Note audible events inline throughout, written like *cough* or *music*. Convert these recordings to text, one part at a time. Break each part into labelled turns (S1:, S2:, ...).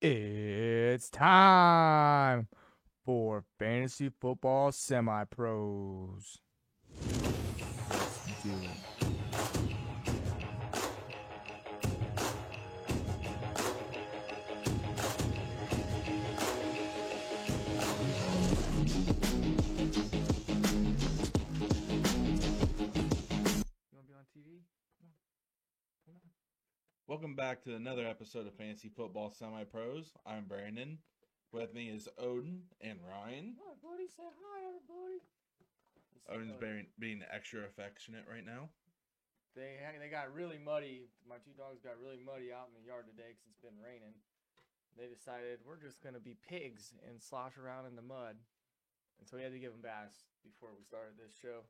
S1: It's time for Fantasy Football Semi Pros.
S2: Welcome back to another episode of Fantasy Football Semi Pros. I'm Brandon. With me is Odin and Ryan.
S1: Everybody say hi, everybody.
S2: Odin's being, being extra affectionate right now. *laughs*
S1: They they got really muddy. My two dogs got really muddy out in the yard today because it's been raining. They decided we're just gonna be pigs and slosh around in the mud, and so we had to give them baths before we started this show.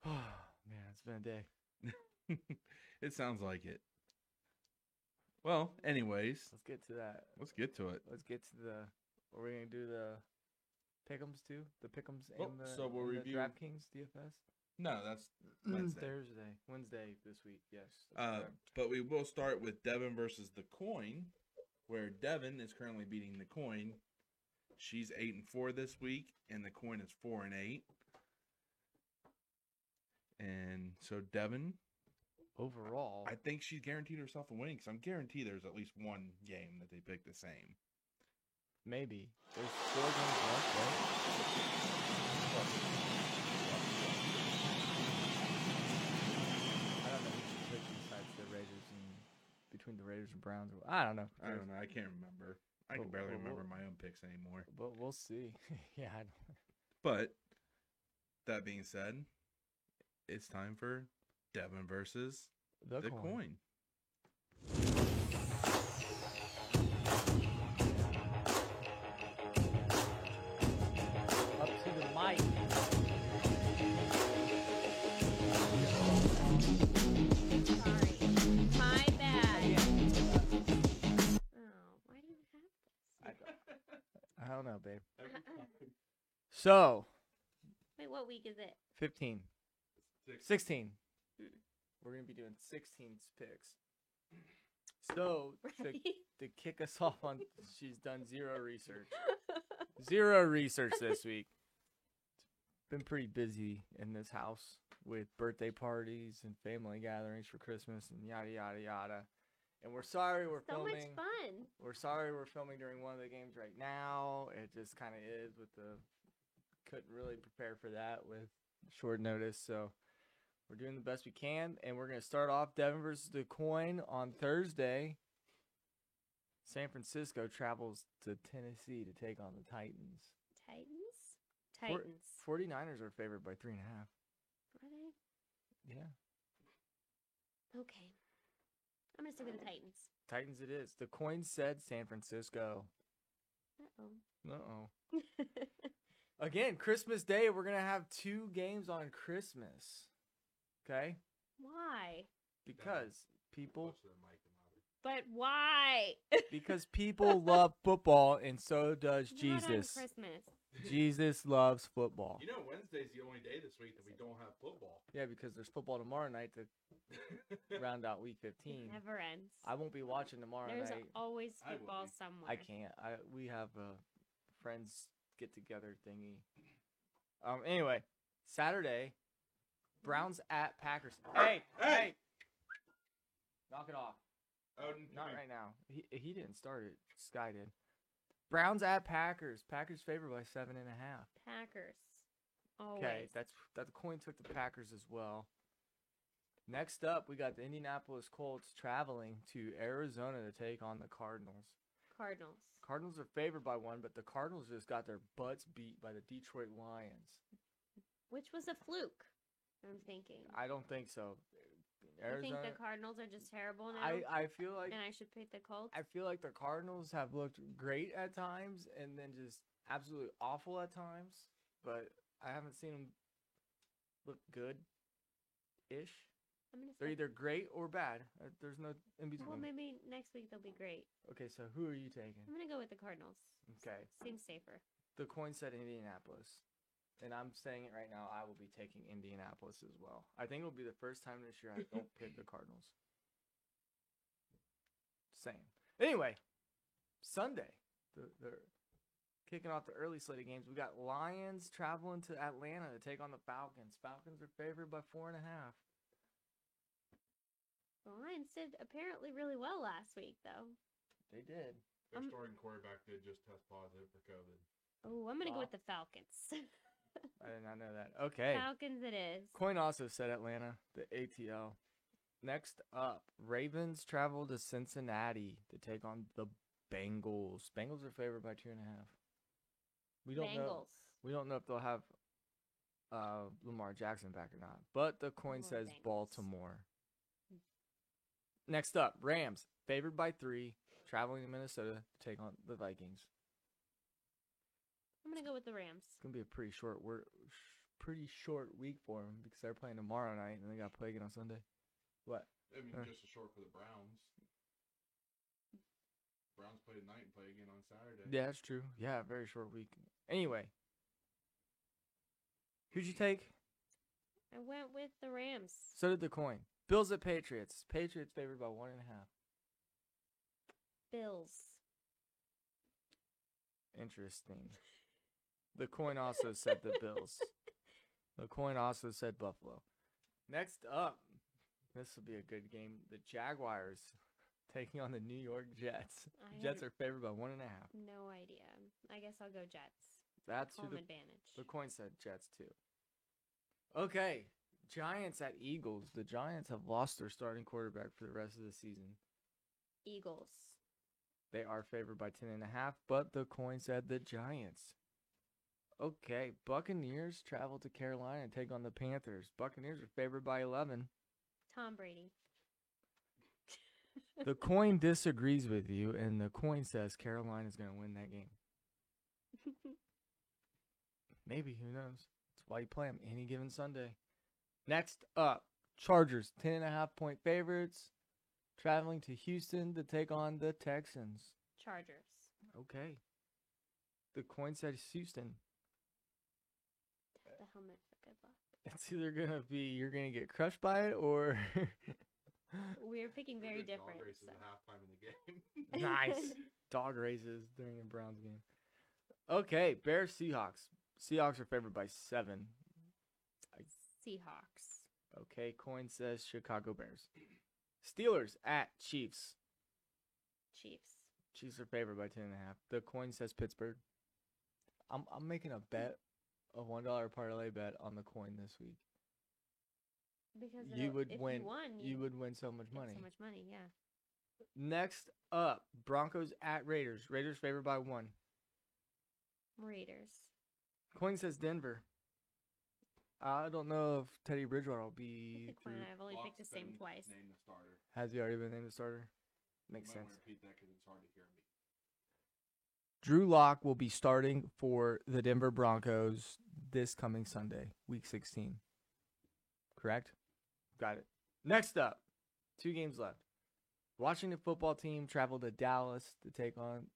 S1: *sighs* man, it's been a day.
S2: it sounds like it. Well, anyways,
S1: Let's get to that.
S2: let's get to it.
S1: Let's get to the. Are we gonna do the pickums too? The pickums
S2: Well,
S1: and the,
S2: Oh, so we'll
S1: and the
S2: review-
S1: DraftKings DFS
S2: No, that's
S1: Mm.
S2: Wednesday.
S1: Thursday, Wednesday this week. Yes. that's
S2: uh,
S1: correct.
S2: but we will start with Devin versus the coin, where Devin is currently beating the coin. She's eight and four this week, and the coin is four and eight. And so Devin,
S1: overall,
S2: I think she's guaranteed herself a win because I'm guaranteed there's at least one game that they pick the same.
S1: maybe there's four games left. Right? I don't know who she picked besides the Raiders and between the Raiders and Browns. Or, I don't know.
S2: I don't know. I can't remember. I
S1: Well,
S2: can barely
S1: well, well-
S2: remember my own picks anymore.
S1: But we'll see. *laughs* yeah. I don't-
S2: But that being said, it's time for Devin versus
S1: The,
S2: the
S1: coin.
S2: coin.
S1: up to the mic.
S3: Sorry. My bad. *laughs* Oh, why do you have
S1: I don't know, babe.
S3: this?
S1: So,
S3: Wait, what week is it? *laughs*
S1: 15.
S2: Six.
S1: 16.
S3: Mm.
S1: We're going to be doing 16 picks. So, *laughs* to,
S3: Right?
S1: to kick us *laughs* off on, she's done zero
S3: *laughs*
S1: research. Zero research this week. Been pretty busy in this house with birthday parties and family gatherings for Christmas and yada, yada, yada. And we're sorry we're
S3: so
S1: filming.
S3: much fun.
S1: We're sorry we're filming during one of the games right now. It just kind of is with the couldn't really prepare for that with short notice. So we're doing the best we can, and we're gonna start off Devin versus the coin on Thursday. San Francisco travels to Tennessee to take on the Titans.
S3: Titans?
S1: Four-
S3: Titans.
S1: 49ers are favored by three and a half.
S3: Are they?
S1: Yeah.
S3: Okay. I'm going to stick with the Titans.
S1: Titans it is. The coin said San Francisco.
S3: Uh-oh. *laughs*
S1: Uh oh. Again, Christmas Day, we're gonna have two games on Christmas. Okay?
S3: why?
S1: Because people
S3: But why?
S1: because people love football and so does
S3: Not on
S1: Jesus.
S3: Christmas.
S1: Jesus loves football.
S2: You know, Wednesday's the only day this week that we don't have football.
S1: Yeah, because there's football tomorrow night
S2: *laughs*
S1: to round out week
S3: It
S1: 15.
S3: never ends.
S1: I won't be watching tomorrow
S3: There's
S1: night.
S3: always
S2: I will
S3: football
S2: be.
S3: somewhere.
S1: I can't. I we have a friends get together thingy. Um anyway, Saturday Browns at Packers. Hey,
S2: Hey!
S1: hey. Knock it off.
S2: Odin,
S1: Not right now. He he didn't start it. Sky did. Browns at Packers. Packers favored by seven and a half.
S3: Packers. Always.
S1: Okay, that's that the coin took the Packers as well. Next up, we got the Indianapolis Colts traveling to Arizona to take on the Cardinals.
S3: Cardinals.
S1: Cardinals are favored by one, but the Cardinals just got their butts beat by the Detroit Lions.
S3: Which was a fluke, I'm thinking.
S1: I don't think so.
S3: I think
S1: Arizona.
S3: the Cardinals are just terrible now,
S1: I I feel like
S3: and I should pick the Colts.
S1: I feel like the Cardinals have looked great at times and then just absolutely awful at times, but I haven't seen them look good ish.
S3: I'm gonna
S1: They're
S3: say-
S1: either great or bad. Uh, There's no in between.
S3: well, maybe next week they'll be great.
S1: Okay, so who are you taking?
S3: I'm gonna go with the Cardinals.
S1: Okay.
S3: Seems safer.
S1: The coin said Indianapolis. And I'm saying it right now, I will be taking Indianapolis as well. I think it'll be the first time this year I don't pick the Cardinals. Same. Anyway, Sunday. The, the kicking off the early slate of games. We got Lions traveling to Atlanta to take on the Falcons. Falcons are favored by four and a half.
S3: The Lions did apparently really well last week, though.
S1: They did.
S3: Their Um,
S2: starting quarterback did just test positive for COVID.
S3: Oh, I'm gonna go
S1: Wow.
S3: with the Falcons. *laughs*
S1: I did not know that. Okay.
S3: Falcons, it is.
S1: Coin also said Atlanta, the ATL. Next up, Ravens travel to Cincinnati to take on the Bengals. Bengals are favored by two and a half. We don't know.
S3: Bengals.
S1: We don't know if they'll have uh, Lamar Jackson back or not. But the coin
S3: Poor
S1: says
S3: Bengals.
S1: Baltimore. Next up, Rams favored by three, traveling to Minnesota to take on the Vikings.
S3: I'm gonna go with the Rams.
S1: It's gonna be a pretty short work, pretty short week for them because they're playing tomorrow night and they got to play again on Sunday. What?
S2: I mean,
S1: Uh.
S2: just as short for the Browns. Browns play tonight and play again on Saturday.
S1: Yeah, that's true. Yeah, very short week. Anyway, who'd you take?
S3: I went with the Rams.
S1: So did the coin. Bills at Patriots. Patriots favored by one and a half.
S3: Bills.
S1: Interesting. The coin also said the Bills. The coin also said Buffalo. Next up, this will be a good game. The Jaguars *laughs* taking on the New York Jets.
S3: I
S1: Jets
S3: have
S1: are favored by one and a half.
S3: no idea. I guess I'll go Jets.
S1: That's who
S3: Home
S1: the,
S3: advantage.
S1: the coin said Jets too. Okay, Giants at Eagles. The Giants have lost their starting quarterback for the rest of the season.
S3: Eagles.
S1: They are favored by ten and a half, but the coin said the Giants. Okay, Buccaneers travel to Carolina and take on the Panthers. Buccaneers are favored by eleven.
S3: Tom Brady. *laughs*
S1: The coin disagrees with you, and the coin says Carolina is going to win that game. Maybe who knows? That's why you play them any given Sunday. Next up, Chargers ten and a half point favorites, traveling to Houston to take on the Texans.
S3: Chargers.
S1: Okay. The coin says Houston. *laughs*
S3: The helmet for good luck.
S1: It's either gonna be you're gonna get crushed by it or *laughs*
S3: We're picking very
S2: Good dog
S3: different.
S2: races
S3: so.
S2: at
S3: *laughs*
S2: halftime in the game.
S1: nice dog races during a Browns game. Okay, Bears Seahawks. Seahawks are favored by seven.
S3: Seahawks.
S1: Okay, coin says Chicago Bears. Steelers at Chiefs.
S3: Chiefs.
S1: Chiefs are favored by ten and a half. The coin says Pittsburgh. I'm I'm making a bet, a one dollar parlay bet on the coin this week.
S3: Because
S1: You
S3: it'll-
S1: would
S3: if
S1: win-
S3: You, won,
S1: You would win so much
S3: get
S1: money.
S3: So much money, yeah.
S1: Next up, Broncos at Raiders. Raiders favored by one.
S3: Raiders.
S1: Coin says Denver. I don't know if Teddy Bridgewater will be.
S3: Pick one,
S1: through-
S3: I've only picked the
S2: Locke's
S3: same
S2: been
S3: twice.
S2: Named the starter.
S1: Has he already been named the starter? Makes
S2: you
S1: sense.
S2: Might want to repeat that 'cause it's hard to hear me.
S1: Drew Lock will be starting for the Denver Broncos this coming Sunday, Week 16. Correct? Got it. Next up, two games left. Washington football team traveled to Dallas to take on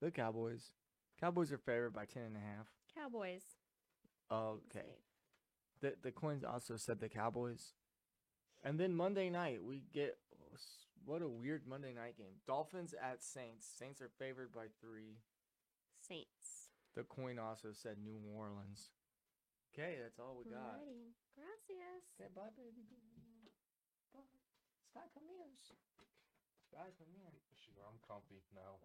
S1: the Cowboys. Cowboys are favored by ten and a half.
S3: Cowboys.
S1: Okay.
S3: Safe.
S1: The the coins also said the Cowboys. And then Monday night we get oh, what a weird Monday night game. Dolphins at Saints. Saints are favored by three.
S3: Saints.
S1: The coin also said New Orleans. Okay, that's all we got.
S3: Alrighty. Gracias.
S1: Okay, bye, baby. Bye. Sky Camille's. Sky Camille.
S2: She's like, I'm comfy now.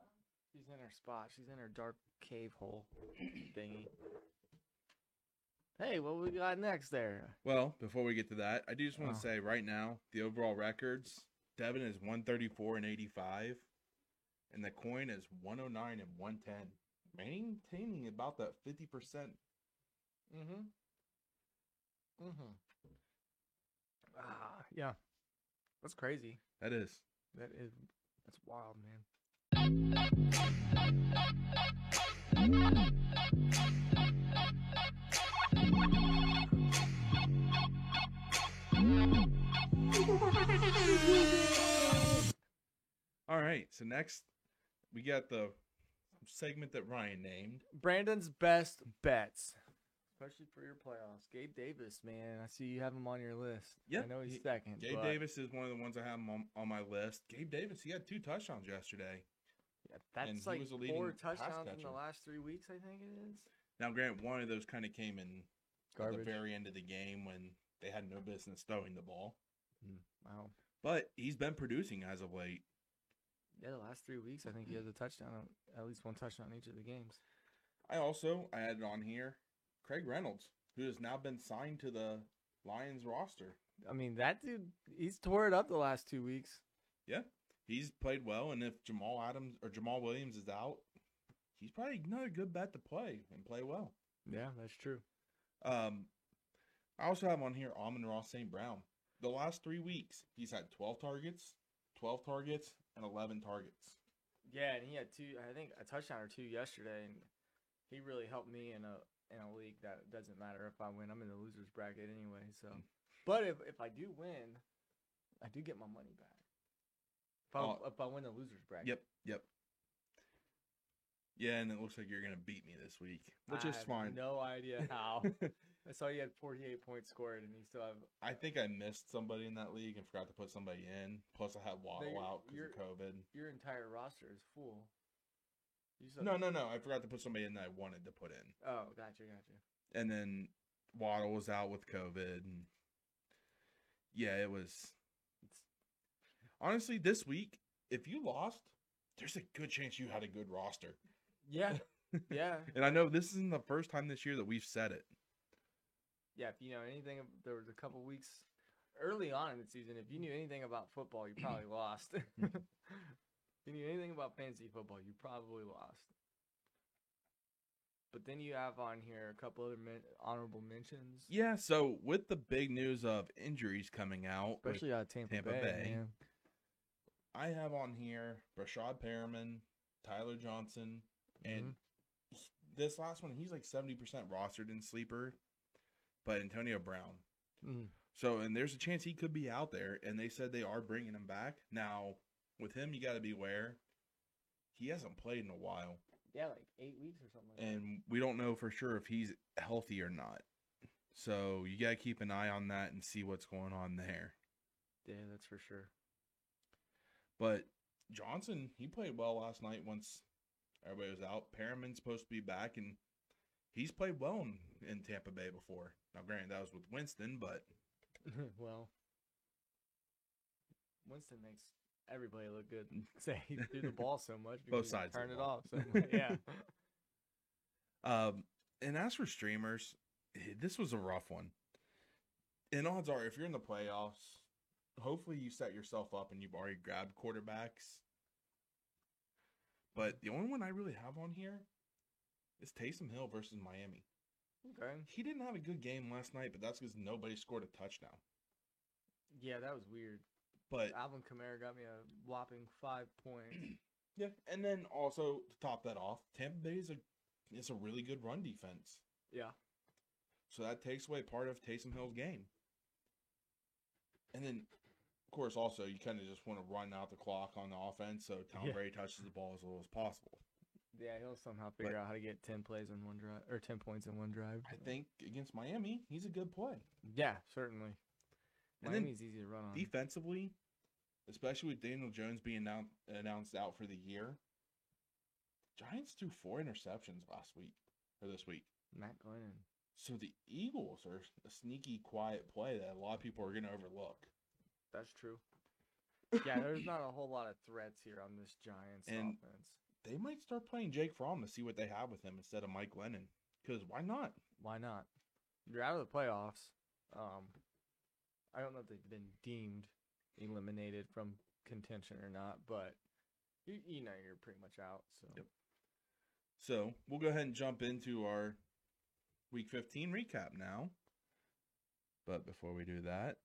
S1: She's in her spot. She's in her dark cave hole thingy. Hey, what we got next there?
S2: Well, before we get to that, I do just want
S1: Oh.
S2: to say right now, the overall records, Devin is 134 and 85, and the coin is 109 and 110, maintaining about that 50%.
S1: Mm-hmm. Mm-hmm. Ah, yeah. That's crazy.
S2: That is.
S1: That is that's wild, man.
S2: All right, so next we got the segment that Ryan named.
S1: Brandon's best bets. Especially for your playoffs. Gabe Davis, man. I see you have him on your list.
S2: Yeah,
S1: I know he's
S2: he-
S1: second.
S2: Gabe
S1: but
S2: Davis is one of the ones I have on, on my list. Gabe Davis, he had two touchdowns yesterday.
S1: Yeah,
S2: And
S1: that's
S2: he
S1: like
S2: was the leading
S1: four
S2: pass
S1: touchdowns in the
S2: catcher.
S1: last three weeks. I think it is.
S2: Now, Grant, one of those kind of came in at
S1: Garbage.
S2: the very end of the game when they had no business throwing the ball.
S1: Wow.
S2: But he's been producing as of late.
S1: Yeah, the last three weeks, I think he has a touchdown, on- at least one touchdown in each of the games.
S2: I also I added on here Craig Reynolds, who has now been signed to the Lions roster.
S1: I mean, that dude, he's tore it up the last two weeks.
S2: He's played well, and if Jamal Adams or Jamal Williams is out, he's probably another good bet to play and play well.
S1: Yeah, that's true.
S2: Um, I also have on here Amon Ross St. Brown. The last three weeks, he's had 12 targets, 12 targets, and 11 targets.
S1: Yeah, and he had two, I think a touchdown or two yesterday, and he really helped me in a in a league that it doesn't matter if I win. I'm in the losers bracket anyway, so.
S2: Hmm.
S1: But if if I do win, I do get my money back. If I,
S2: Oh.
S1: if I win the losers bracket.
S2: Yep, yep. Yeah, and it looks like you're gonna beat me this week, which
S1: I
S2: is
S1: have
S2: fine.
S1: No idea
S2: *laughs*
S1: how. I saw you had 48 points scored, and you still have
S2: I think I missed somebody in that league and forgot to put somebody in. Plus, I had Waddle
S1: you're-
S2: out because
S1: you're-
S2: of COVID.
S1: your entire roster is full. You still-
S2: No, no, no. I forgot to put somebody in that I wanted to put in,
S1: Oh, gotcha, gotcha.
S2: and then Waddle was out with COVID. And yeah, it was. Honestly, this week, if you lost, there's a good chance you had a good roster.
S1: Yeah, *laughs* yeah,
S2: And I know this isn't the first time this year that we've said it.
S1: yeah. If you know anything, ab- there was a couple weeks early on in the season. If you knew anything about football, you probably
S2: *clears throat*
S1: lost. *laughs* if you knew anything about fantasy football, you probably lost. But then you have on here a couple other men- honorable mentions,
S2: Yeah, so with the big news of injuries coming out, with-
S1: especially out of Tampa,
S2: Tampa
S1: Bay.
S2: Bay.
S1: man.
S2: I have on here Brashad Perriman, Tyler Johnson, and he- this last one, he's like 70% rostered in sleeper, but Antonio Brown. Mm.
S1: Mhm.
S2: So, and there's a chance he could be out there, and they said they are bringing him back. Now, with him, you got to beware. He hasn't played in a while,
S1: yeah, like eight weeks or something. Like that.
S2: and we don't know for sure if he's healthy or not. So, you got to keep an eye on that and see what's going on there.
S1: Yeah, that's for sure.
S2: But Johnson, he played well last night once everybody was out. Perriman's supposed to be back, and he's played well in, in Tampa Bay before. Now, granted, that was with Winston, but
S1: well, Winston makes everybody look good. *laughs* Say *laughs* he threw the ball so much. because he
S2: sides of the
S1: Turned it
S2: ball.
S1: off. So *laughs* much. yeah.
S2: *laughs* um, and as for streamers, eh, this was a rough one. And odds are, if you're in the playoffs, hopefully you set yourself up and you've already grabbed quarterbacks. But the only one I really have on here is Taysom Hill versus Miami.
S1: Okay.
S2: He didn't have a good game last night, but that's because nobody scored a touchdown.
S1: Yeah, that was weird.
S2: But
S1: Alvin Kamara got me a whopping five points.
S2: *clears throat* yeah, and then also to top that off, Tampa Bay is a it's a really good run defense,
S1: Yeah.
S2: so that takes away part of Taysom Hill's game. And then, of course, also you kind of just want to run out the clock on the offense, so Tom
S1: Yeah.
S2: Brady touches the ball as little as possible.
S1: Yeah, he'll somehow figure out how to get ten plays in one drive or ten points in one drive.
S2: I think against Miami, he's a good play.
S1: Yeah, certainly.
S2: And then
S1: Miami's easy to run on.
S2: Defensively, especially with Daniel Jones being now announced out for the year, Giants threw four interceptions last week or this week.
S1: Matt Glennon.
S2: So the Eagles are a sneaky, quiet play that a lot of people are going to overlook.
S1: That's true. Yeah,
S2: *laughs*
S1: there's not a whole lot of threats here on this Giants
S2: And-
S1: offense.
S2: They might start playing Jake Fromm to see what they have with him instead of Mike Lennon. Because why not?
S1: Why not? You're out of the playoffs. Um, I don't know if they've been deemed eliminated from contention or not, but you, you know you're pretty much out. So
S2: Yep. So we'll go ahead and jump into our Week 15 recap now. But before we do that,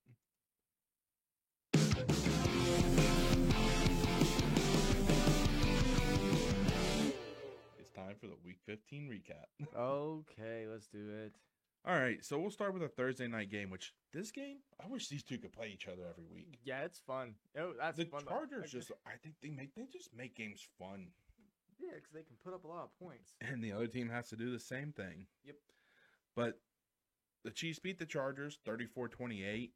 S2: it's time for the Week 15 recap. *laughs*
S1: okay, let's do it.
S2: All right, so we'll start with a Thursday night game, which this game, I wish these two could play each other every week.
S1: Yeah, it's fun. Oh, that's
S2: the
S1: fun.
S2: Chargers just I think they make they just make games fun.
S1: yeah, because they can put up a lot of points.
S2: And the other team has to do the same thing.
S1: Yep.
S2: But the Chiefs beat the Chargers 34-28.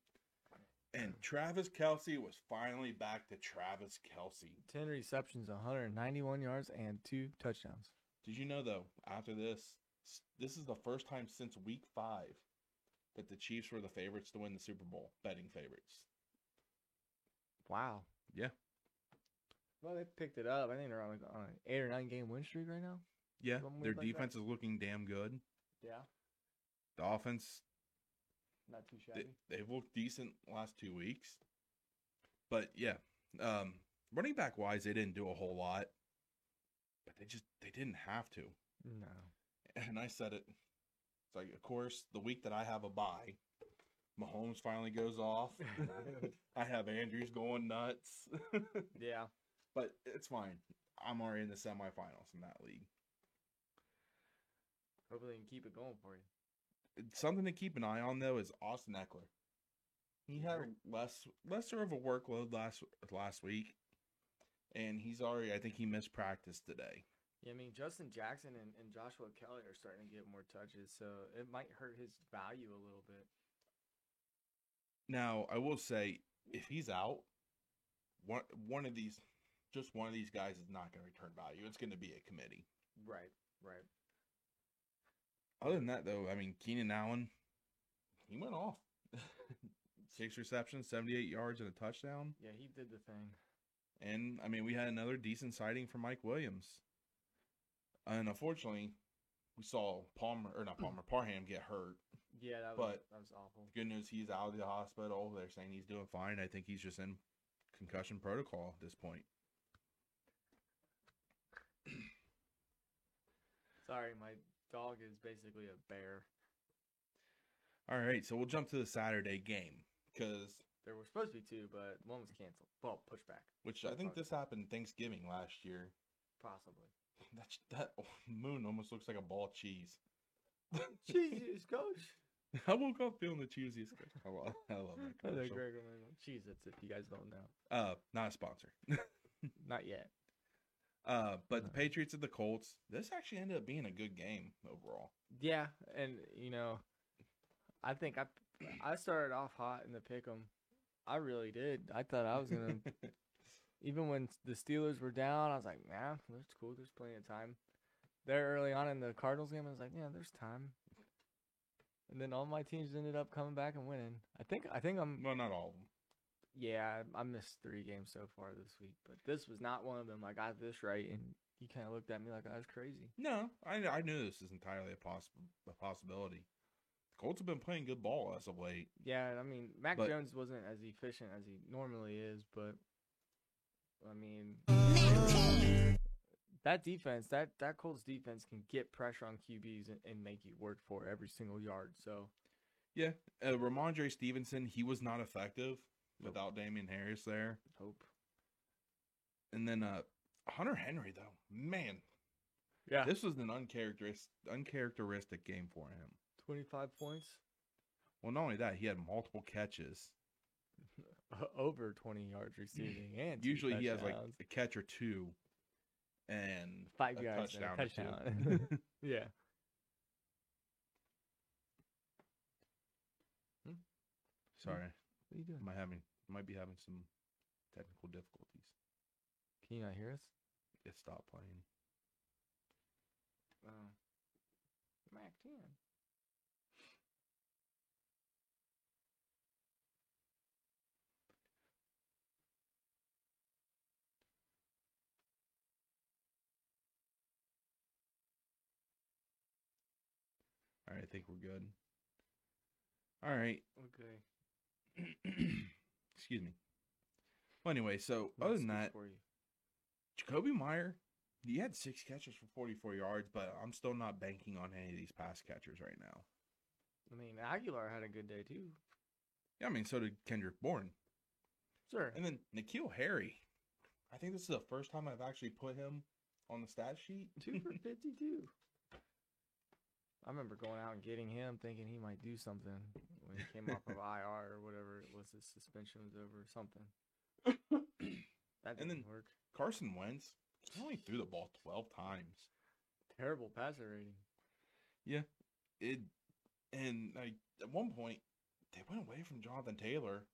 S2: And Travis Kelsey was finally back to Travis Kelsey.
S1: 10 receptions, 191 yards, and two touchdowns.
S2: Did you know though? After this, s- this is the first time since Week Five that the Chiefs were the favorites to win the Super Bowl, betting favorites.
S1: Wow.
S2: Yeah.
S1: Well, they picked it up. I think they're on, like, on an eight or nine game win streak right now.
S2: Yeah,
S1: Something
S2: their
S1: weird like that.
S2: defense is looking damn good.
S1: Yeah.
S2: The offense,
S1: Not too
S2: they,
S1: shabby.
S2: they've looked decent last two weeks. But yeah, um, running back wise, they didn't do a whole lot. But they just they didn't have to.
S1: No.
S2: and I said it. It's like, of course, the week that I have a bye, Mahomes finally goes off. I have Andrews going nuts,
S1: yeah.
S2: but it's fine. I'm already in the semifinals in that league.
S1: Hopefully, they can keep it going for you.
S2: Something to keep an eye on though is Austin Eckler. He had less lesser of a workload last last week, and he's already. I think he missed practice today.
S1: Yeah, I mean, Justin Jackson and, and Joshua Kelly are starting to get more touches, so it might hurt his value a little bit.
S2: Now, I will say, if he's out, one one of these, just one of these guys is not going to return value. It's going to be a committee.
S1: Right, right.
S2: Other than that, though, I mean, Keenan Allen, he went off. *laughs* Six receptions, 78 yards, and a touchdown.
S1: Yeah, he did the thing.
S2: And, I mean, we had another decent sighting from Mike Williams. And unfortunately, we saw Palmer, or not Palmer, Parham get hurt.
S1: Yeah, that was
S2: But-
S1: that was awful.
S2: Good news, he's out of the hospital. They're saying he's doing fine. I think he's just in concussion protocol at this point.
S1: Sorry, my dog is basically a bear.
S2: All right, so we'll jump to the Saturday game because
S1: There were supposed to be two, but one was canceled. Well, pushed back,
S2: which I think this happened Thanksgiving last year. *laughs*
S1: possibly.
S2: That sh- that moon almost looks like a ball of cheese.
S1: *laughs*
S2: *laughs*
S1: Jesus, coach.
S2: I woke up feeling the cheesiest. *laughs* I love, I love
S1: *laughs* *laughs*
S2: that
S1: Another
S2: commercial.
S1: Greg Romano. Cheese, that's if you guys don't know.
S2: Uh, not a sponsor.
S1: Not yet.
S2: Uh, but the Patriots and the Colts. This actually ended up being a good game overall.
S1: Yeah, and you know, I think I I started off hot in the pick 'em. I really did. I thought I was
S2: *laughs*
S1: gonna even when the Steelers were down, I was like, nah, that's cool. There's plenty of time. There early on in the Cardinals game, I was like, yeah, there's time. And then all my teams ended up coming back and winning. I think I think I'm
S2: well, not all of them.
S1: yeah, I I missed three games so far this week, but this was not one of them. I got this right, and he kind of looked at me like I was crazy.
S2: No, I I knew this is entirely a possible a possibility. The Colts have been playing good ball as of late.
S1: Yeah, I mean, Mac
S2: But-
S1: Jones wasn't as efficient as he normally is, but I mean, that defense, that that Colts defense can get pressure on QBs and, and make you work for every single yard. So
S2: Yeah, uh, Ramondre Stevenson, he was not effective
S1: Nope.
S2: without Damian Harris there.
S1: hope.
S2: And then uh Hunter Henry though, man,
S1: Yeah,
S2: this was an uncharacteristic uncharacteristic game for him.
S1: twenty five points,
S2: Well, not only that, he had multiple catches.
S1: over twenty yards receiving,
S2: *laughs*
S1: and two
S2: Usually he has like
S1: touchdowns.
S2: a catch or two and
S1: five
S2: a
S1: yards and a
S2: touchdown or two. *laughs*
S1: touchdown. *laughs* yeah.
S2: Sorry,
S1: What are you doing?
S2: am I having might be having some technical difficulties.
S1: Can you not hear us?
S2: It stopped playing.
S1: Oh. Mac 10.
S2: All right, I think we're good. All right. *clears throat*
S1: Okay.
S2: Excuse me. Well, anyway, so other than that,
S1: For you.
S2: Jacoby Meyer, he had six catches for 44 yards, but I'm still not banking on any of these pass catchers right now.
S1: I mean, Aguilar had a good day too.
S2: Yeah, I mean, so did Kendrick Bourne.
S1: Sure.
S2: And then Nikhil Harry. I think this is the first time I've actually put him on the stat sheet.
S1: Two
S2: *laughs*
S1: for 52. I remember going out and getting him thinking he might do something when he came off
S2: *laughs*
S1: of IR or whatever it was. His suspension was over or
S2: *coughs*
S1: something. That
S2: And
S1: didn't
S2: then-
S1: work.
S2: Carson Wentz, he only threw the ball 12 times.
S1: Terrible passer rating.
S2: It, and like at one point, they went away from Jonathan Taylor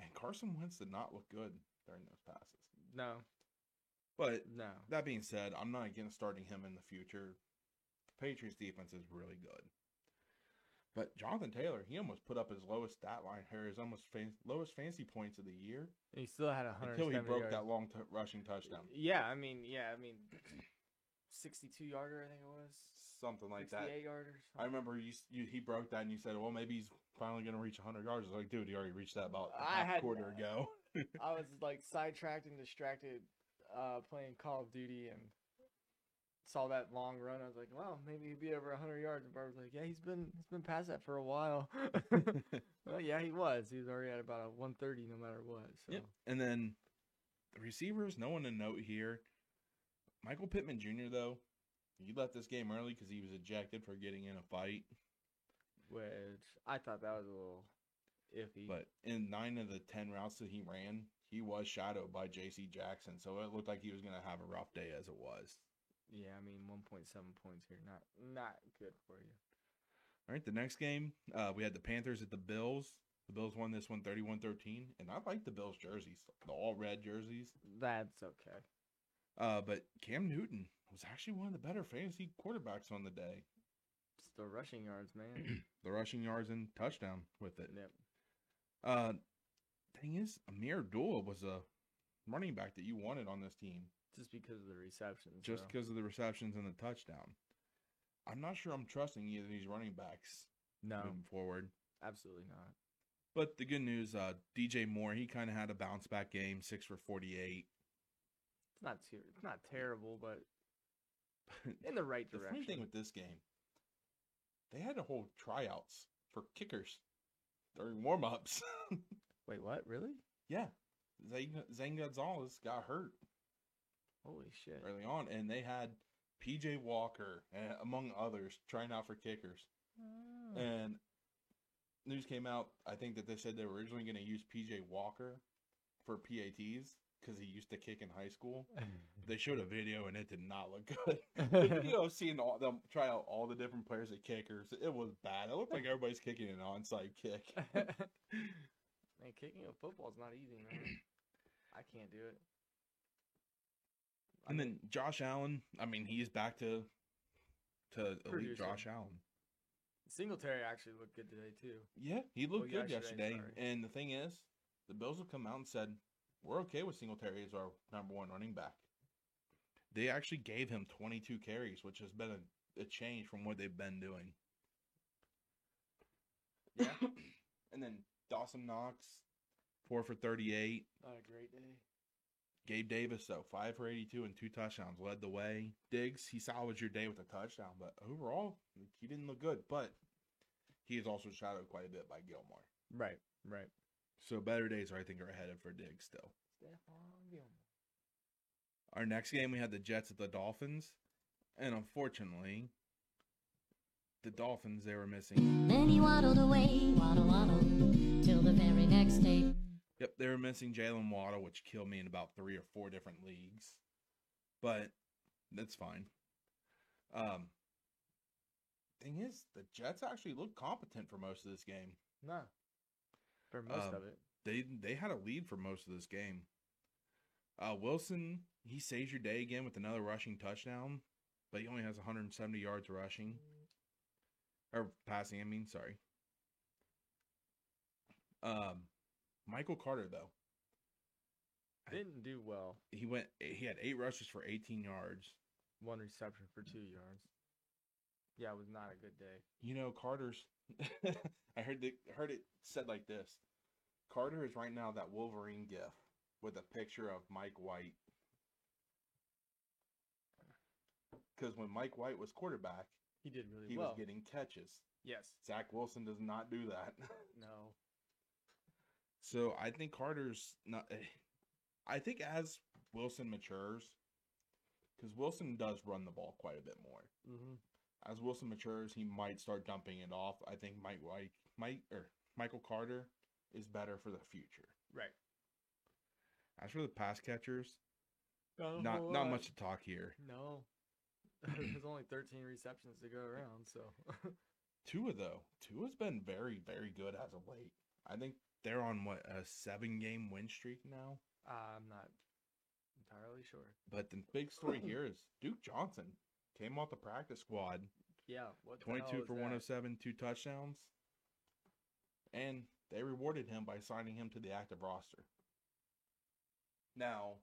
S2: And Carson Wentz did not look good during those passes.
S1: No,
S2: But
S1: no.
S2: that being said, I'm not against starting him in the future. The Patriots defense is really good. But Jonathan Taylor, he almost put up his lowest stat line, or his almost fan- lowest fancy points of the year
S1: And he still had a hundred
S2: until he broke that long t- rushing touchdown,
S1: Yeah, I mean, yeah, I mean, sixty-two yarder, I think it was.
S2: something like that.
S1: Sixty-eight yarder.
S2: I remember you, s- you he broke that and you said, "Well, maybe he's finally going to reach 100 yards." I was like, "Dude, he already reached that about a
S1: I
S2: half
S1: had-
S2: quarter ago."
S1: I was like sidetracked and distracted uh, playing Call of Duty and saw that long run. I was like, well, maybe he'd be over 100 yards. And Barbara's like, yeah, he's been he's been past that for a while. *laughs* well, yeah, he was. He was already at about a 130 no matter what. So
S2: Yep. And then the receivers, no one to note here. Michael Pittman Jr. though, he left this game early because he was ejected for getting in a fight.
S1: which I thought that was a little iffy.
S2: But in nine of the ten routes that he ran, he was shadowed by J.C. Jackson, so it looked like he was going to have a rough day as it was.
S1: yeah, I mean, 1.7 points here, not not good for you.
S2: All right, the next game, uh, we had the Panthers at the Bills. The Bills won this one 31 13, and I like the Bills jerseys, the all red jerseys.
S1: That's okay.
S2: Uh, but Cam Newton was actually one of the better fantasy quarterbacks on the day. *clears throat*
S1: It's the rushing yards, man.
S2: The rushing yards and touchdown with it.
S1: yep.
S2: Uh, thing is, Amir Abdullah was a running back that you wanted on this team
S1: Just because of the receptions.
S2: just
S1: though.
S2: because of the receptions and the touchdown. I'm not sure I'm trusting either of these running backs
S1: No,
S2: moving forward.
S1: absolutely not.
S2: But the good news, uh, DJ Moore, he kind of had a bounce back game, six for *laughs* 48.
S1: It's not ter- it's not terrible, but in the right
S2: the
S1: direction.
S2: funny thing with this game, they had a whole tryouts for kickers during warm *laughs* ups.
S1: Wait, what? Really?
S2: yeah. Zane, Zane Gonzalez got hurt
S1: Holy shit!
S2: early on, and they had PJ Walker, uh, among others, trying out for kickers.
S1: Oh.
S2: And news came out, I think that they said they were originally going to use PJ Walker for PATs because he used to kick in high school.
S1: *laughs*
S2: They showed a video and it did not look good. *laughs* the video of seeing all them try out all the different players at kickers, it was bad. It looked like everybody's kicking an onside kick.
S1: *laughs* man, kicking a football is not easy, man. I can't do it. I
S2: And
S1: mean,
S2: then Josh Allen, I mean, he's back to to elite
S1: Producer.
S2: Josh Allen.
S1: Singletary actually looked good today too.
S2: Yeah, he looked
S1: Well,
S2: good
S1: yesterday,
S2: yesterday.
S1: sorry.
S2: And the thing is, the Bills have come out and said, we're okay with Singletary as our number one running back. They actually gave him 22 carries, which has been a, a change from what they've been doing. Yeah. *coughs* and then Dawson Knox, four for 38.
S1: Not a great day.
S2: Gabe Davis, though, five for 82 and two touchdowns, led the way. Diggs, he salvaged your day with a touchdown, but overall, he didn't look good. But he is also shadowed quite a bit by Gilmore.
S1: Right, right.
S2: So better days, are, I think, are ahead for Diggs still.
S1: Stephon Gilmore.
S2: Our next game, we had the Jets at the Dolphins, and unfortunately, the Dolphins they were missing.
S4: Then he waddled away, waddle, waddle, till the very next day.
S2: Yep, they were missing Jalen Waddle, which killed me in about three or four different leagues, but that's fine. Um, thing is, the Jets actually looked competent for most of this game.
S1: No. For most
S2: Um,
S1: of it.
S2: They they had a lead for most of this game. Uh, Wilson he saves your day again with another rushing touchdown, but he only has 170 yards rushing or passing. I mean, sorry. Um, Michael Carter though I-
S1: Didn't do well.
S2: he went he had eight rushes for 18 yards.
S1: One reception for two yards. Yeah, it was not a good day.
S2: You know Carter's. *laughs* I heard the, heard it said like this. Carter is right now that Wolverine gif with a picture of Mike White. Because when Mike White was quarterback,
S1: He did really
S2: he
S1: well.
S2: was getting catches.
S1: yes.
S2: Zach Wilson does not do that. *laughs*
S1: No.
S2: so I think Carter's not. eh, I think as Wilson matures, because Wilson does run the ball quite a bit more.
S1: Mm-hmm.
S2: as Wilson matures, he might start dumping it off. I think Mike White, Mike or Michael Carter is better for the future.
S1: Right.
S2: As for the pass catchers,
S1: Oh,
S2: not not much to talk here.
S1: No. *laughs* There's only 13 receptions to go around, so *laughs*
S2: Tua though, Tua's been very very good as of late. I think They're on what a seven game win streak now.
S1: Uh, I'm not entirely sure.
S2: But the big story here is Duke Johnson came off the practice squad,
S1: Yeah, what the hell
S2: twenty two
S1: is
S2: for
S1: that?
S2: one hundred seven, two touchdowns, and they rewarded him by signing him to the active roster. Now,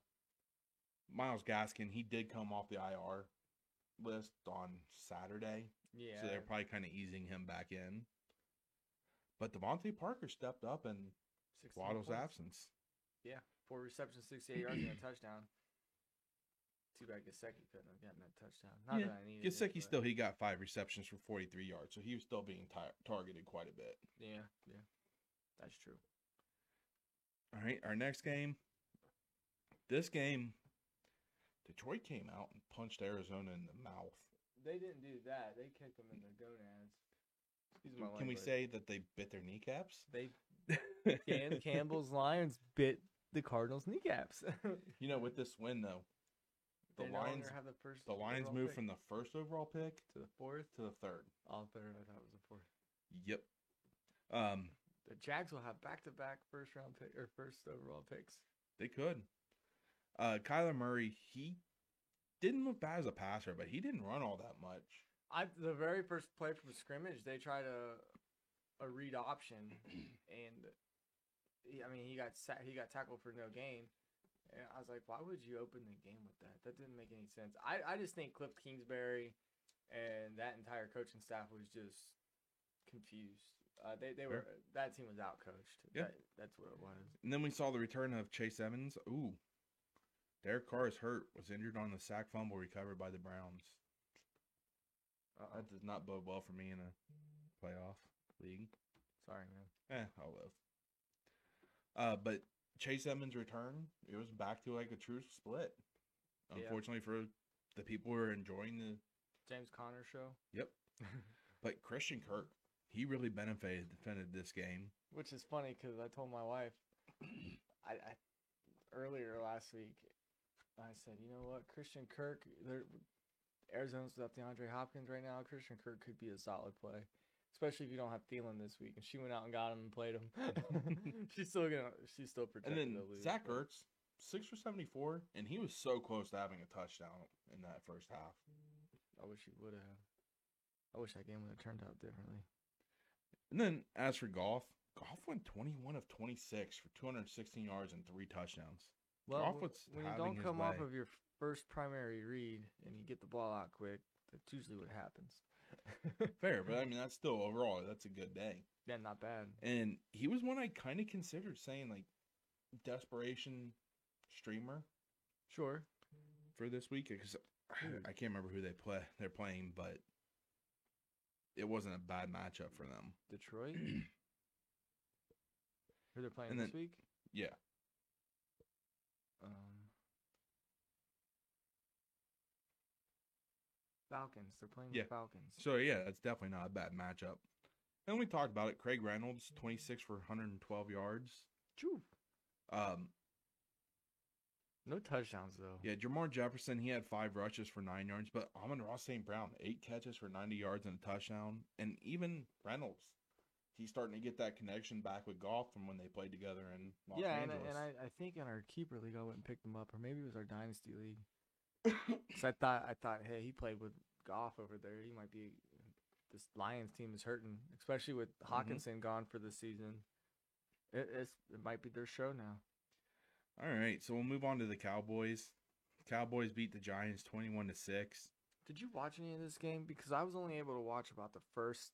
S2: Miles Gaskin he did come off the IR list on Saturday.
S1: Yeah,
S2: So they're probably kind of easing him back in. But Devontae Parker stepped up in
S1: 16
S2: Waddle's
S1: points.
S2: absence.
S1: Yeah, four receptions, 68 yards, and a touchdown. Too bad Gasecki couldn't have gotten that touchdown. Not
S2: Yeah,
S1: that I needed. it,
S2: Gesicki
S1: but-
S2: still he got five receptions for 43 yards, so he was still being tar- targeted quite a bit.
S1: Yeah, yeah, that's true.
S2: All right, our next game. This game, Detroit came out and punched Arizona in the mouth.
S1: They didn't do that. They kicked them in the gonads. Excuse my
S2: Can we
S1: language.
S2: say that they bit their kneecaps?
S1: they Dan Campbell's Lions bit the Cardinals' kneecaps?
S2: *laughs*
S1: *laughs*
S2: you know, with this win though, the
S1: They no
S2: Lions
S1: longer have the first.
S2: the Lions
S1: overall
S2: moved
S1: pick.
S2: from the first overall pick
S1: to the fourth.
S2: to the third.
S1: All third. I thought it was the fourth.
S2: Yep. Um,
S1: The Jags will have back-to-back first-round pick or first overall picks.
S2: They could. Uh, Kyler Murray, he didn't look bad as a passer, but he didn't run all that much.
S1: I the very first play from scrimmage, they tried a a read option, and he, I mean he got sa- he got tackled for no gain. And I was like, why would you open the game with that? That didn't make any sense. I I just think Cliff Kingsbury and that entire coaching staff was just confused. Uh, they they were that team was outcoached.
S2: Yeah.
S1: That, that's what it was.
S2: And then we saw the return of Chase Evans. Ooh. Derek Carr is hurt, was injured on the sack fumble recovered by the Browns. Uh,
S1: Uh-oh.
S2: That does not bode well for me in a playoff league.
S1: Sorry, man.
S2: Eh, I'll live. Uh, but Chase Evans' return, it was back to like a true split.
S1: Yeah.
S2: Unfortunately for the people who are enjoying the
S1: James Conner show,
S2: Yep. *laughs* but Christian Kirk, he really benefited defended this game.
S1: which is funny because I told my wife I, I earlier last week, I said, you know what, Christian Kirk, they're- Arizona's without DeAndre Hopkins right now. Christian Kirk could be a solid play, especially if you don't have Thielen this week. And she went out and got him and played
S2: *laughs*
S1: him. *laughs* she's still gonna, she's still
S2: And
S1: protected.
S2: then
S1: to lose,
S2: Zach
S1: but-
S2: Ertz, six for seventy four, and he was so close to having a touchdown in that first half.
S1: I wish he would have. I wish that game would have turned out differently.
S2: And then as for golf, golf went twenty one of twenty six for two hundred sixteen yards and three touchdowns.
S1: Well,
S2: Goff
S1: w-
S2: was
S1: when you
S2: having
S1: don't
S2: his
S1: come off
S2: way.
S1: of your first primary read and you get the ball out quick, that's usually what happens. *laughs*
S2: Fair, but I mean that's still overall that's a good day.
S1: Yeah, not bad.
S2: And he was one I kind of considered saying like desperation streamer
S1: Sure.
S2: for this week because I can't remember who they play they're playing, but it wasn't a bad matchup for them. *clears throat*
S1: *clears throat* Detroit. Who they're playing
S2: And
S1: this
S2: then-
S1: week?
S2: Yeah.
S1: Um, Falcons. They're playing
S2: Yeah.
S1: the Falcons.
S2: So yeah, that's definitely not a bad matchup. And we talked about it. Craig Reynolds, twenty six for one hundred and twelve yards.
S1: Phew.
S2: Um,
S1: No touchdowns though.
S2: yeah, Jamar Jefferson, he had five rushes for nine yards, but Amon Ross St. Brown, eight catches for ninety yards and a touchdown. And even Reynolds, he's starting to get that connection back with golf from when they played together in Los
S1: yeah, and, I-
S2: Angeles.
S1: and I, I think in our keeper league I went and picked him up, or maybe it was our dynasty league. 'Cause I thought I thought, hey, he played with Goff over there. He might be. This Lions team is hurting, especially with Hawkinson gone for the season. It, it's, it might be their show now.
S2: All right, so we'll move on to the Cowboys. Cowboys beat the Giants twenty-one to six.
S1: Did you watch any of this game? Because I was only able to watch about the first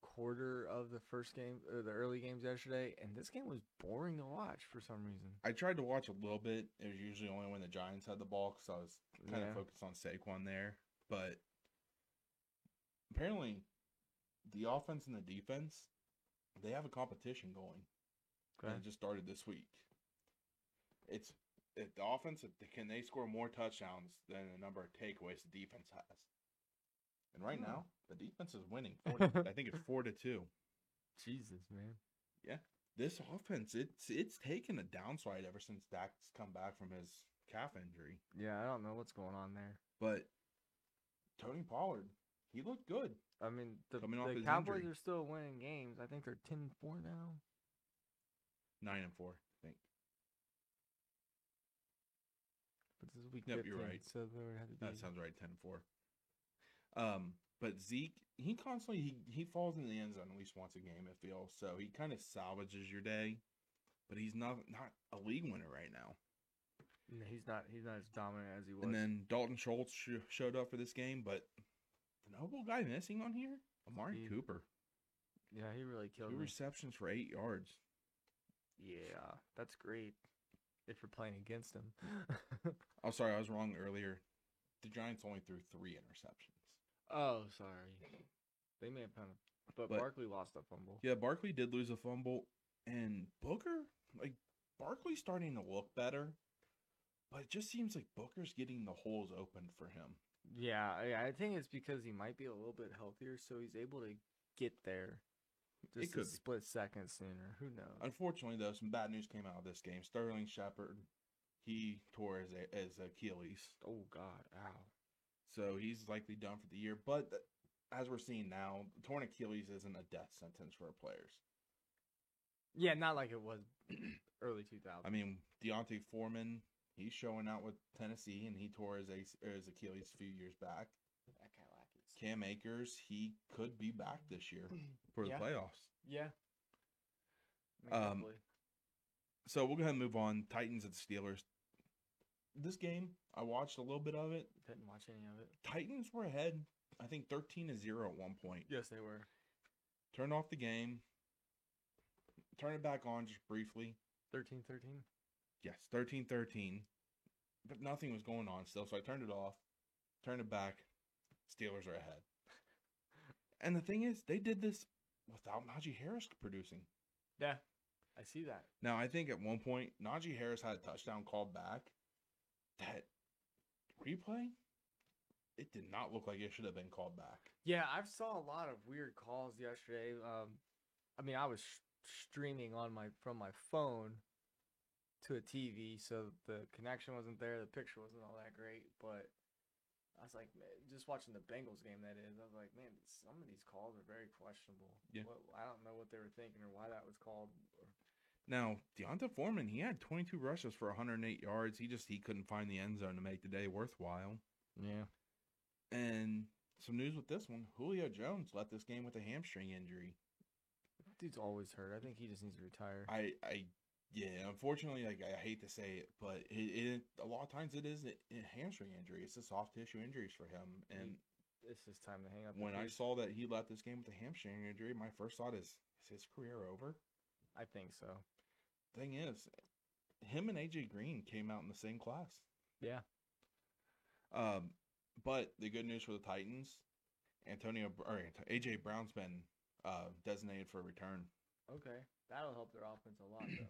S1: quarter of the first game, or the early games yesterday, and this game was boring to watch for some reason.
S2: I tried to watch a little bit. It was usually only when the Giants had the ball because I was kind
S1: Yeah.
S2: of focused on Saquon there. But apparently, the offense and the defense, they have a competition going. And it just started this week. It's it, the offense. if they- Can they score more touchdowns than the number of takeaways the defense has? And right
S1: Hmm.
S2: now, the defense is
S1: *laughs*
S2: winning. Four to, I think it's four to two.
S1: Jesus, man.
S2: this offense, it's it's taken a downslide ever since Dak's come back from his calf injury.
S1: Yeah, I don't know what's going on there.
S2: But Tony Pollard, he looked good.
S1: I mean, the,
S2: Coming off
S1: the
S2: his
S1: Cowboys
S2: injury.
S1: are still winning games. I think they're 10 4 now.
S2: Nine and four, I think.
S1: But this is week
S2: Yep,
S1: 15,
S2: you're right.
S1: So there would have to be.
S2: That sounds right. 10 and 4. Um, but Zeke, he constantly he, he falls in the end zone at least once a game. I feel so he kind of salvages your day, but he's not not a league winner right now.
S1: No, he's not. He's not as dominant as he was.
S2: And then Dalton Schultz sh- showed up for this game, but the notable guy missing on here, Amari
S1: Steve
S2: Cooper,
S1: yeah, he really killed
S2: two
S1: me.
S2: receptions for eight yards.
S1: Yeah, that's great. If you're playing against him, *laughs*
S2: Oh, sorry, I was wrong earlier. The Giants only threw three interceptions.
S1: oh, sorry. They may have penalty, but,
S2: But-
S1: Barkley lost a fumble.
S2: Yeah, Barkley did lose a fumble, and Booker, like Barkley's starting to look better, but it just seems like Booker's getting the holes open for him.
S1: Yeah, I- I think it's because he might be a little bit healthier, so he's able to get there.
S2: It
S1: Just
S2: could
S1: a
S2: be.
S1: split second sooner. Who knows?
S2: Unfortunately, though, some bad news came out of this game. Sterling Shepard, he tore his, A- his Achilles,
S1: Oh God! Ow!
S2: so he's likely done for the year. But th- as we're seeing now, torn Achilles isn't a death sentence for players.
S1: Yeah, not like it was *clears throat* early 2000.
S2: I mean, Deontay Foreman, he's showing out with Tennessee, and he tore his, A- his Achilles a few years back.
S1: that kind of lackeys.
S2: Cam Akers, he could be back this year for the
S1: Mm, Yeah.
S2: playoffs.
S1: *clears throat* Yeah.
S2: Um, So we'll go ahead and move on. Titans at Steelers. This game, I watched a little bit of it.
S1: didn't watch any of it.
S2: Titans were ahead, I think 13 to 0 at one point.
S1: Yes, they were.
S2: Turn off the game. Turn it back on just briefly.
S1: 13 13.
S2: Yes, 13 13. But nothing was going on still, so I turned it off. Turned it back. Steelers are ahead. And the thing is, they did this without Najee Harris producing.
S1: Yeah, I see that.
S2: Now, I think at one point, Najee Harris had a touchdown called back. That replay, it did not look like it should have been called back.
S1: Yeah, I saw a lot of weird calls yesterday. Um, I mean, I was sh- streaming on my from my phone to a TV, so the connection wasn't there. The picture wasn't all that great, but I was like, man, just watching the Bengals game. That is, I was like, man, some of these calls are very questionable.
S2: Yeah.
S1: What, I don't know what they were thinking or why that was called. Or,
S2: Now, Deonta Foreman, he had 22 rushes for 108 yards. He just he couldn't find the end zone to make the day worthwhile.
S1: yeah.
S2: And some news with this one, Julio Jones left this game with a hamstring injury.
S1: Dude's always hurt. I think he just needs to retire.
S2: I, I, yeah, unfortunately, like I hate to say it, but it, it a lot of times it is a, a hamstring injury. It's a soft tissue injuries for him,
S1: Ye-
S2: and
S1: it's just time to hang up. the
S2: when I
S1: cleats.
S2: saw that he left this game with a hamstring injury, my first thought is, is his career over?
S1: I think so.
S2: Thing is, him and AJ Green came out in the same class.
S1: Yeah.
S2: Um, but the good news for the Titans, Antonio Br- or Anto- AJ Brown's been uh, designated for a return.
S1: Okay, that'll help their offense a lot though.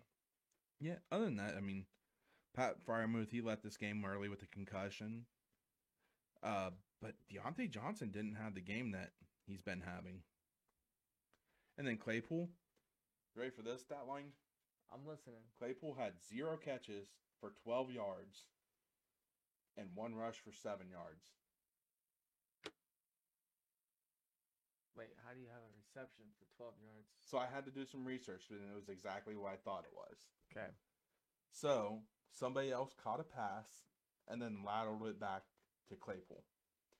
S2: Yeah. Other than that, I mean, Pat Fryermuth he left this game early with a concussion. Uh, but Deontay Johnson didn't have the game that he's been having. And then Claypool, you ready for this stat line?
S1: I'm listening.
S2: Claypool had zero catches for 12 yards and one rush for seven yards.
S1: Wait, how do you have a reception for 12 yards?
S2: So I had to do some research, and it was exactly what I thought it was.
S1: Okay.
S2: So somebody else caught a pass and then lateral it back to Claypool.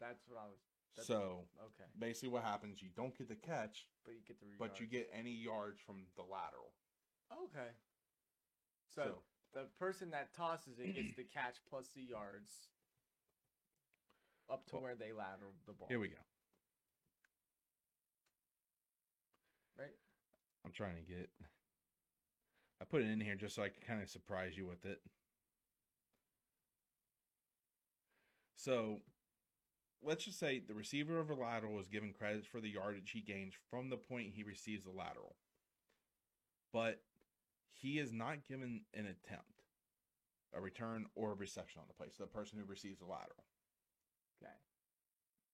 S1: That's what I was. That's-
S2: so
S1: Okay.
S2: basically, what happens, you don't get the catch,
S1: But you get the.
S2: but you
S1: yards.
S2: get any yards from the lateral.
S1: Okay. So,
S2: So,
S1: the person that tosses it gets the catch plus the yards up to
S2: Well,
S1: where they lateral the ball.
S2: here we go.
S1: Right?
S2: I'm trying to get. I put it in here just so I can kind of surprise you with it. So, let's just say the receiver of a lateral is given credit for the yardage he gains from the point he receives the lateral, but he is not given an attempt, a return, or a reception on the play. So, the person who receives the lateral.
S1: Okay.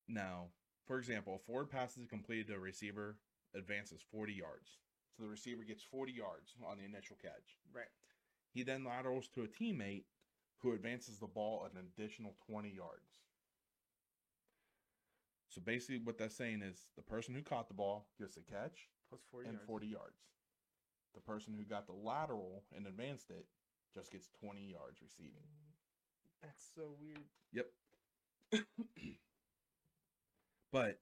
S2: Now, for example, a forward pass is completed to a receiver, advances 40 yards. So the receiver gets 40 yards on the initial catch.
S1: Right.
S2: He then laterals to a teammate who advances the ball an additional 20 yards. So basically, what that's saying is the person who caught the ball gets the catch
S1: Plus 40
S2: and
S1: yards.
S2: 40 yards. The person who got the lateral and advanced it just gets 20 yards receiving.
S1: That's so weird.
S2: *laughs* Yep. *clears throat* but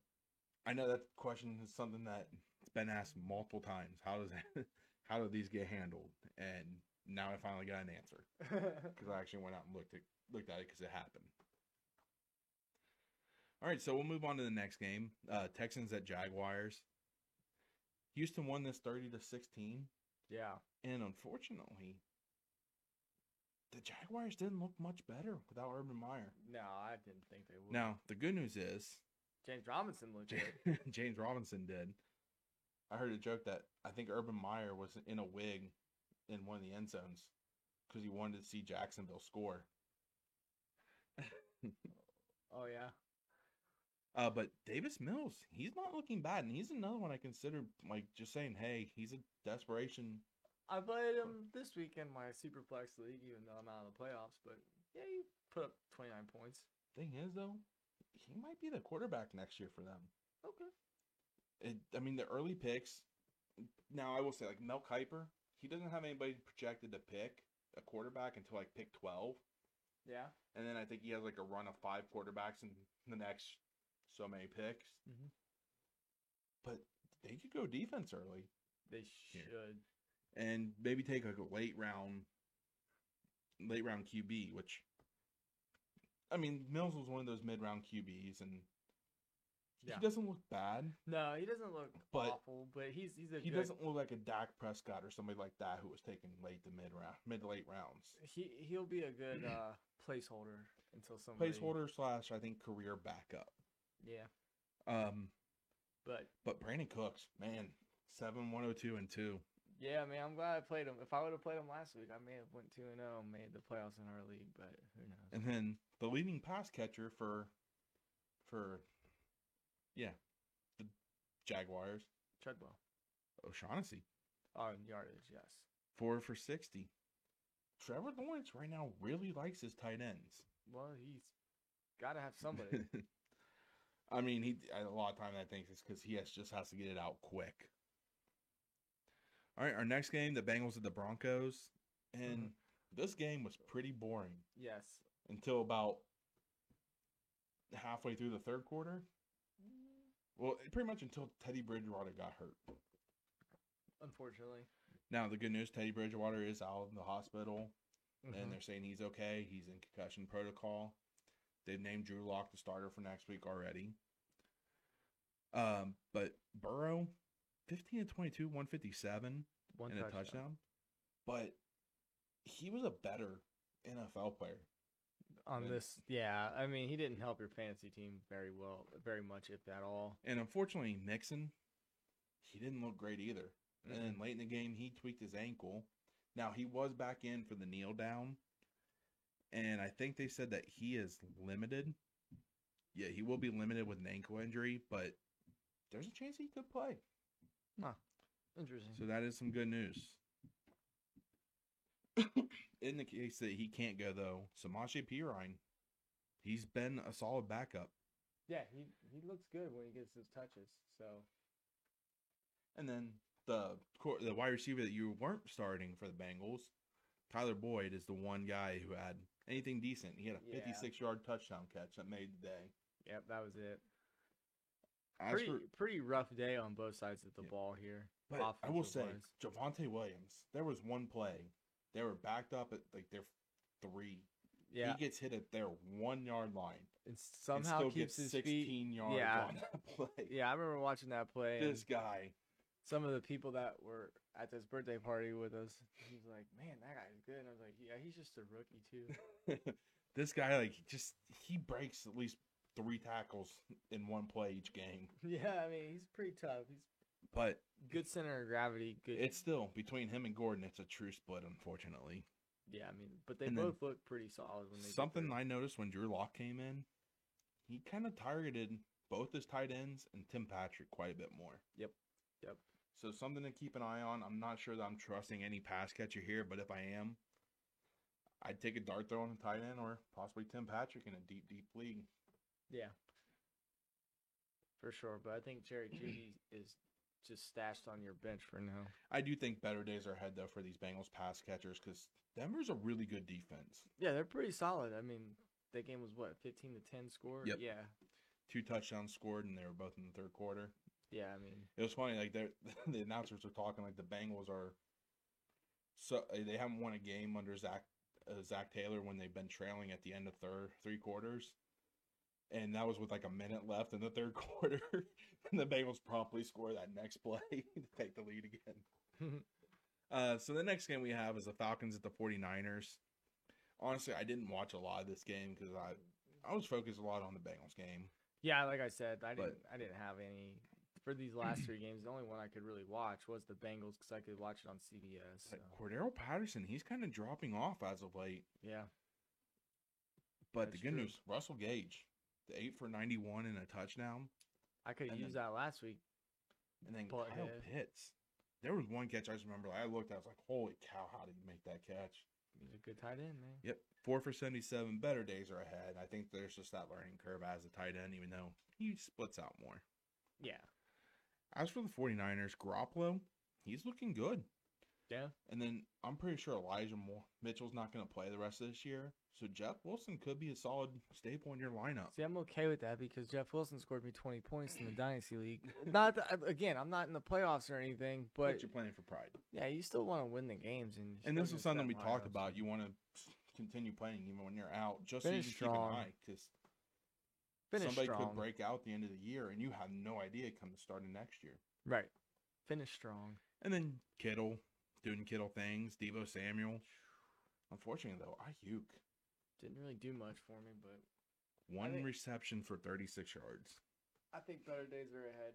S2: I know that question is something that's been asked multiple times. How does that, *laughs* how do these get handled? And now I finally got an answer because I actually went out and looked at looked at it because it happened. All right, so we'll move on to the next game. Uh, Texans at Jaguars. Houston won this thirty to sixteen,
S1: yeah.
S2: and unfortunately, the Jaguars didn't look much better without Urban Meyer.
S1: No, I didn't think they would.
S2: Now the good news *laughs* is
S1: James Robinson
S2: *laughs*
S1: looked good.
S2: James Robinson did. I heard a joke that I think Urban Meyer was in a wig in one of the end zones because he wanted to see Jacksonville score.
S1: Oh yeah.
S2: Uh, but Davis Mills, he's not looking bad, and he's another one I consider like just saying, hey, he's a desperation.
S1: I played him this week in my Superflex league, even though I'm out of the playoffs. But yeah, he put up 29 points.
S2: Thing is, though, he might be the quarterback next year for them.
S1: Okay.
S2: It, I mean, the early picks. Now I will say, like Mel Kiper, he doesn't have anybody projected to pick a quarterback until like pick twelve,
S1: Yeah.
S2: and then I think he has like a run of five quarterbacks in the next so many picks.
S1: Mhm.
S2: But they could go defense early
S1: They
S2: Yeah.
S1: should.
S2: and maybe take like a late round, late round QB. Which, I mean, Mills was one of those mid round QBs, and
S1: Yeah.
S2: he doesn't look bad.
S1: No, he doesn't look
S2: But-
S1: awful, but he's he's a
S2: He
S1: good,
S2: doesn't look like a Dak Prescott or somebody like that who was taken late to mid round, mid to late rounds.
S1: he he'll be a good uh
S2: *clears throat*
S1: placeholder until somebody
S2: Placeholder slash I think career backup.
S1: Yeah,
S2: Um,
S1: but
S2: but Brandon Cooks, man, seven one hundred two and two.
S1: yeah, man, I'm glad I played him. If I would have played him last week, I may have went two and zero, and made the playoffs in our league, but who knows?
S2: And then the leading pass catcher for for yeah, the Jaguars,
S1: Treadwell
S2: O'Shaughnessy,
S1: on Oh, yardage, yes.
S2: four for sixty. Trevor Lawrence right now really likes his tight ends.
S1: Well, he's got to have somebody.
S2: *laughs* I mean, he a lot of time I think it's because he has, just has to get it out quick. All right, our next game, the Bengals at the Broncos, and
S1: Mhm.
S2: this game was pretty boring
S1: yes,
S2: until about halfway through the third quarter. Well, pretty much until Teddy Bridgewater got hurt.
S1: unfortunately.
S2: Now, the good news Teddy Bridgewater is out in the hospital, and
S1: Mhm.
S2: they're saying he's okay. He's in concussion protocol. They've named Drew Lock the starter for next week already. Um, but Burrow, 15 to 22, 157
S1: *laughs* one
S2: and a touchdown. But he was a better NFL player.
S1: on
S2: and-
S1: this. Yeah, I mean, he didn't help your fantasy team very well, very much, if at all.
S2: And unfortunately, Mixon, he didn't look great either. And then late in the game, he tweaked his ankle. Now he was back in for the kneel down, and I think they said that he is limited. Yeah, he will be limited with an ankle injury, but there's a chance he could play.
S1: Interesting.
S2: So that is some good news. in the case that he can't go though, Samaje Perine, he's been a solid backup.
S1: yeah, he he looks good when he gets his touches. So
S2: And then the cor- the wide receiver that you weren't starting for the Bengals, Tyler Boyd is the one guy who had anything decent. He had a
S1: Yeah.
S2: 56 yard touchdown catch that made the day.
S1: Yep, that was it.
S2: As
S1: Pretty,
S2: for-
S1: pretty rough day on both sides of the
S2: Yeah.
S1: ball here.
S2: but I will say
S1: offensive-wise.
S2: Javante Williams. There was one play, they were backed up at like their three.
S1: Yeah,
S2: He gets hit at their one yard line.
S1: and
S2: and
S1: somehow
S2: still
S1: keeps
S2: gets
S1: his
S2: 16
S1: feet.
S2: yards
S1: Yeah.
S2: on that *laughs* play.
S1: Yeah, I remember watching that play. and
S2: This guy, *laughs*
S1: some of the people that were at this birthday party with us, he was like, "Man, that guy's good." And I was like, "Yeah, he's just a rookie
S2: *laughs*
S1: too."
S2: this guy, like just he breaks at least three tackles in one play each game.
S1: yeah, I mean, he's pretty tough. He's
S2: But
S1: good center of gravity. Good.
S2: It's still between him and Gordon. It's a true split, unfortunately.
S1: Yeah, I mean, but they
S2: And then
S1: both look pretty solid when they get
S2: Something
S1: there.
S2: I noticed when Drew Lock came in, he kind of targeted both his tight ends and Tim Patrick quite a bit more.
S1: Yep. Yep.
S2: So something to keep an eye on. I'm not sure that I'm trusting any pass catcher here, but if I am, I'd take a dart throw on a tight end or possibly Tim Patrick in a deep, deep league.
S1: Yeah, for sure. But I think Jerry Judy is just stashed on your bench for now.
S2: I do think better days are ahead though for these Bengals pass catchers because Denver's a really good defense.
S1: Yeah, they're pretty solid. I mean, that game was what fifteen to ten score.
S2: Yep.
S1: Yeah,
S2: Two touchdowns scored, and they were both in the third quarter.
S1: yeah. I mean,
S2: It was funny, like they're- *laughs* the announcers were talking like the Bengals are so eh, they haven't won a game under Zach uh, Zach Taylor when they've been trailing at the end of third three quarters, and that was with like a minute left in the third *laughs* quarter, and the Bengals promptly score that next play *laughs* to take the lead again. uh, so the next game we have is the Falcons at the 49ers. Honestly, I didn't watch a lot of this game because I I was focused a lot on the Bengals game.
S1: yeah. Like I said, I
S2: But-
S1: didn't. I didn't have any for these last three games. The only one I could really watch was the Bengals because I could watch it on CBS.
S2: It's
S1: So.
S2: like Cordero Patterson, he's kind of dropping off as of late.
S1: Yeah,
S2: But the
S1: That's
S2: good
S1: true.
S2: news, Russell Gage, the eight for ninety-one and a touchdown,
S1: I could have
S2: And
S1: used that last week.
S2: and then
S1: But,
S2: Kyle
S1: uh,
S2: Pitts. There was one catch I just remember. I looked, I was like, "Holy cow! How did he make that catch?"
S1: He's a good tight end, man.
S2: Yep, four for seventy-seven. Better days are ahead. I think there's just that learning curve as a tight end, even though he splits out more.
S1: Yeah,
S2: As for the 49ers, Garoppolo, he's looking good.
S1: yeah.
S2: And then I'm pretty sure Elijah Moore Mitchell's not going to play the rest of this year, so Jeff Wilson could be a solid staple in your lineup.
S1: See, I'm okay with that because Jeff Wilson scored me 20 points
S2: *clears throat*
S1: in the dynasty league. Not that, again, I'm not in the playoffs or anything, but
S2: but you're playing for pride.
S1: yeah, you still want to win the games. And, you
S2: And
S1: still
S2: this is
S1: get
S2: something
S1: that
S2: we talked
S1: lineup.
S2: about. You want to continue playing even when you're out, just so you
S1: Finish
S2: can
S1: strong.
S2: keep an eye because
S1: Finish
S2: somebody
S1: strong.
S2: could break out at the end of the year, and you have no idea come the start of next year.
S1: Right. Finish strong.
S2: And then Kittle doing Kittle things, Debo Samuel. Unfortunately, though, Ayuk
S1: Didn't really do much for me, but
S2: one
S1: think-
S2: reception for 36 yards.
S1: I think better days are ahead.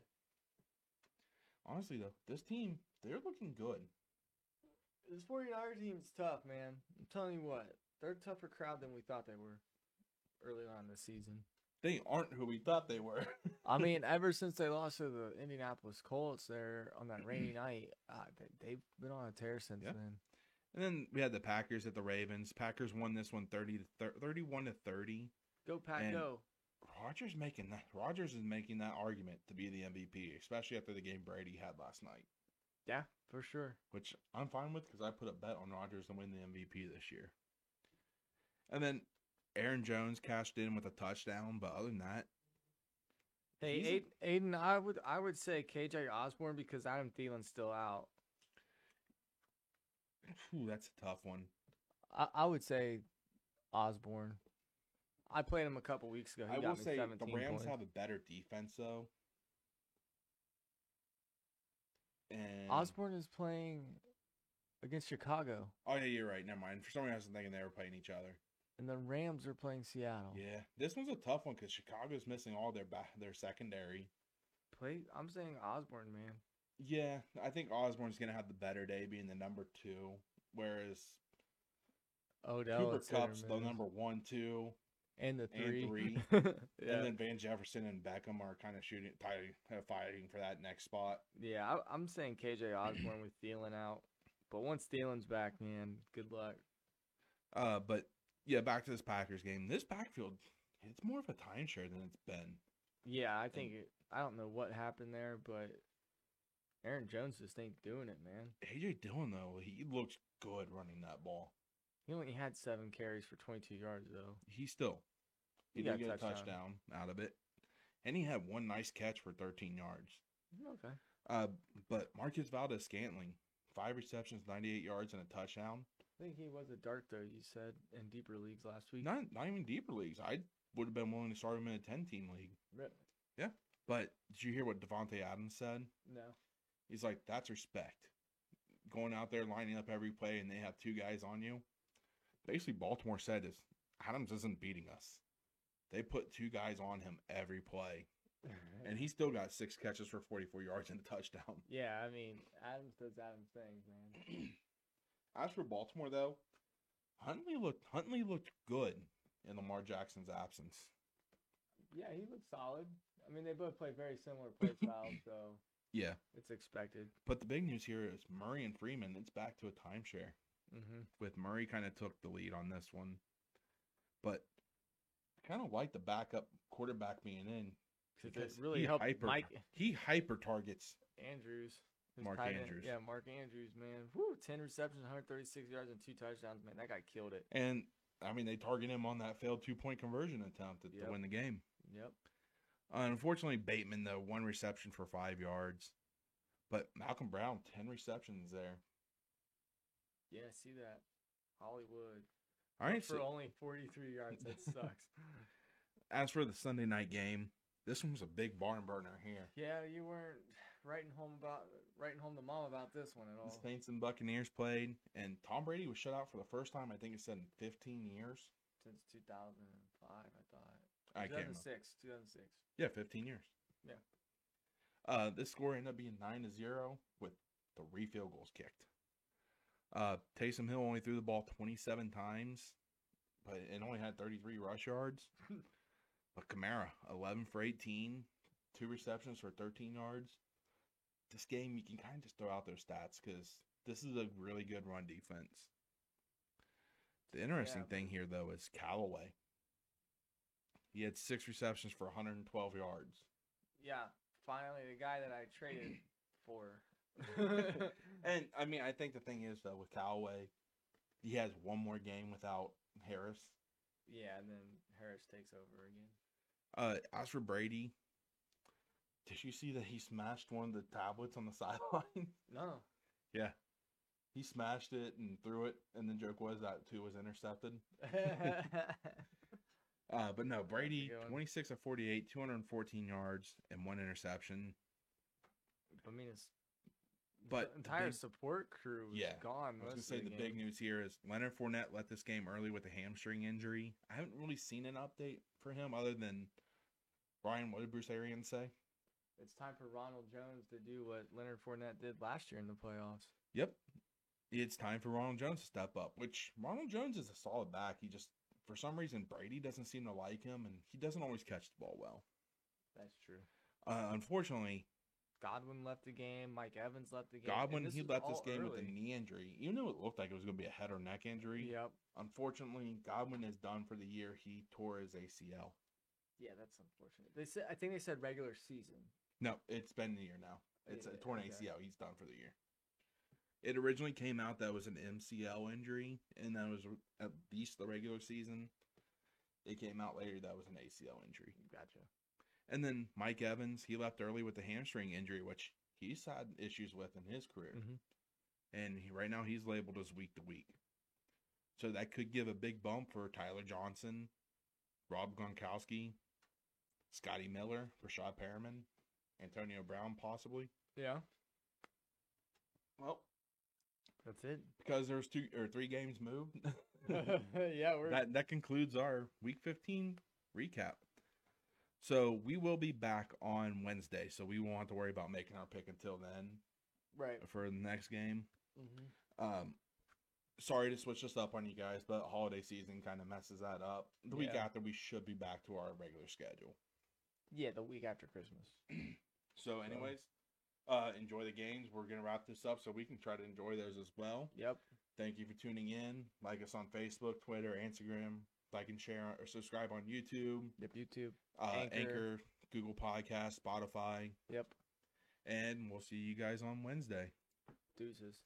S2: Honestly, though, this team they're looking good.
S1: This 49er team's tough, man. I'm telling you what, they're a tougher crowd than we thought they were early on this season.
S2: They aren't who we thought they were. *laughs*
S1: I mean, ever since they lost to the Indianapolis Colts there on that
S2: *clears throat*
S1: rainy night, uh, they, they've been on a tear since
S2: Yeah.
S1: then.
S2: and then we had the Packers at the Ravens. Packers won this one 30 to thir- 31 to 30.
S1: Go Pack,
S2: And-
S1: go!
S2: Rogers making that Rogers is making that argument to be the MVP, especially after the game Brady had last night,
S1: Yeah, for sure.
S2: which I'm fine with because I put a bet on Rogers to win the MVP this year. And then Aaron Jones cashed in with a touchdown, but other than that,
S1: Hey,
S2: He's
S1: Aiden, Aiden, I would I would say KJ Osborne because Adam Thielen's still out.
S2: phew, that's a tough one.
S1: I, I would say Osborne. I played him a couple weeks ago. He
S2: I
S1: got
S2: will
S1: me
S2: say the
S1: 17
S2: Rams
S1: points.
S2: have a better defense though. And
S1: Osborne is playing against Chicago,
S2: Oh yeah, you're right. Never mind. For some reason, I was thinking they were playing each other.
S1: and the Rams are playing Seattle.
S2: Yeah, this one's a tough one because Chicago's missing all their back, their secondary.
S1: Play, I'm saying Osborne, man.
S2: Yeah, I think Osborne's gonna have the better day, being the number two, whereas
S1: Odell
S2: Cooper
S1: at center
S2: Cup's the
S1: mid.
S2: number one, two,
S1: and the
S2: and
S1: three.
S2: three.
S1: *laughs* yeah,
S2: and then Van Jefferson and Beckham are kind of shooting, fighting, fighting for that next spot.
S1: yeah. I, I'm saying KJ Osborne with Thielen out, but once Thielen's back, man, good luck.
S2: Uh, but yeah, back to this Packers game. This backfield, it's more of a timeshare than it's been.
S1: Yeah, I think it, I don't know what happened there, but Aaron Jones just ain't doing it, man.
S2: AJ Dillon though, he looks good running that ball.
S1: He only had seven carries for 22 yards though.
S2: He still, he
S1: He
S2: did
S1: got a
S2: get a
S1: touchdown.
S2: touchdown out of it, and he had one nice catch for 13 yards.
S1: Okay.
S2: Uh, but Marcus Valdez Scantling, five receptions, 98 yards, and a touchdown.
S1: I think he was a dart though. You said in deeper leagues last week.
S2: Not not even deeper leagues. I would have been willing to start him in a 10 team league.
S1: Really?
S2: But did you hear what Devonte Adams said?
S1: No.
S2: He's like, that's respect. Going out there, lining up every play, and they have two guys on you. Basically, Baltimore said is Adams isn't beating us. They put two guys on him every play,
S1: *laughs*
S2: and he still got six catches for 44 yards and a touchdown.
S1: yeah, I mean, Adams does Adams things, man.
S2: *clears throat* As for Baltimore, though, Huntley looked Huntley looked good in Lamar Jackson's absence.
S1: Yeah, he looks solid. I mean, they both play very similar
S2: *laughs*
S1: play styles, so
S2: Yeah,
S1: it's expected.
S2: but the big news here is Murray and Freeman. It's back to a timeshare
S1: Mm-hmm.
S2: with Murray kind of took the lead on this one, but I kind of like the backup quarterback being in
S1: because
S2: Because
S1: it really
S2: he
S1: helped
S2: hyper-
S1: Mike
S2: He hyper targets.
S1: Andrews. who's
S2: Mark
S1: tight end.
S2: Andrews.
S1: Yeah, Mark Andrews, man. Woo, 10 receptions, 136 yards, and two touchdowns, man. That guy killed it.
S2: And I mean, they target him on that failed two point conversion attempt to-
S1: Yep.
S2: to win the game.
S1: Yep.
S2: Unfortunately, Bateman though one reception for five yards, but Malcolm Brown ten receptions there.
S1: Yeah, see that. Hollywood.
S2: All right.
S1: For
S2: so-
S1: only 43 yards. That sucks.
S2: *laughs* as for the Sunday night game, this one was a big barn burner here.
S1: yeah, you weren't writing home about writing home to mom about this one at
S2: The
S1: all.
S2: Saints and Buccaneers played, and Tom Brady was shut out for the first time. I think it said in 15 years.
S1: Since 2005, I thought.
S2: I can't. remember.
S1: 2006. 2006.
S2: Yeah, 15 years.
S1: Yeah.
S2: Uh, this score ended up being nine to zero with three field goals kicked. Uh, Taysom Hill only threw the ball 27 times, but it only had 33 rush yards. but Kamara, 11 for 18, two receptions for 13 yards. This game, you can kind of just throw out those stats because this is a really good run defense. The interesting thing here, though, is Callaway. He had six receptions for 112 yards.
S1: Yeah, finally, the guy that I traded
S2: *clears throat*
S1: for.
S2: And I mean, I think the thing is though with Callaway, he has one more game without Harris.
S1: yeah, and then Harris takes over again.
S2: Uh, as for Brady, did you see that he smashed one of the tablets on the *laughs* sideline? *laughs*
S1: No.
S2: yeah, he smashed it and threw it, and the joke was that too was intercepted. Uh, but no, Brady,
S1: good one.
S2: 26 of 48, 214 yards, and one interception.
S1: I mean, it's
S2: But
S1: the
S2: the
S1: entire
S2: big-
S1: support crew is
S2: Yeah,
S1: gone.
S2: I was gonna
S1: most
S2: say
S1: of
S2: the, big
S1: game.
S2: news here is Leonard Fournette left this game early with a hamstring injury. I haven't really seen an update for him other than Brian. What did Bruce Arians say?
S1: It's time for Ronald Jones to do what Leonard Fournette did last year in the playoffs.
S2: Yep, it's time for Ronald Jones to step up. Which Ronald Jones is a solid back. He just for some reason Brady doesn't seem to like him, and he doesn't always catch the ball well.
S1: That's true.
S2: Uh, unfortunately,
S1: Godwin left the game. Mike Evans left the game. and
S2: Godwin he
S1: was
S2: left this
S1: all
S2: game with a
S1: early.
S2: knee injury. Even though it looked like it was going to be a head or neck injury,
S1: Yep.
S2: unfortunately Godwin is done for the year. He tore his ACL.
S1: Yeah, that's unfortunate. They said I think they said regular season.
S2: No, it's been a year now. It's
S1: Yeah,
S2: a torn
S1: okay.
S2: ACL. He's done for the year. It originally came out that was an MCL injury, and that was at least the regular season. It came out later that was an ACL injury.
S1: Gotcha.
S2: And then Mike Evans, he left early with a hamstring injury, which he's had issues with in his career.
S1: Mhm.
S2: And he, right now he's labeled as week to week. So that could give a big bump for Tyler Johnson, Rob Gronkowski, Scotty Miller, Rashad Perriman, Antonio Brown, possibly.
S1: Yeah,
S2: Well,
S1: that's
S2: *laughs*
S1: it. *laughs*
S2: because there's two or three games moved,
S1: yeah, we're
S2: that, that concludes our week 15 recap. So we will be back on Wednesday. So we won't have to worry about making our pick until then.
S1: right.
S2: for the next game.
S1: Mm-hmm.
S2: Um, sorry to switch this up on you guys, but holiday season kind of messes that up. The week
S1: Yeah.
S2: after, we should be back to our regular schedule.
S1: Yeah, the week after Christmas.
S2: So, anyways, uh, enjoy the games. We're gonna wrap this up so we can try to enjoy those as well.
S1: Yep.
S2: Thank you for tuning in. Like us on Facebook, Twitter, Instagram. Like and share or subscribe on YouTube,
S1: Yep. YouTube.
S2: uh, Anchor.
S1: Anchor.
S2: Google Podcast, Spotify,
S1: Yep.
S2: and we'll see you guys on Wednesday.
S1: Deuces.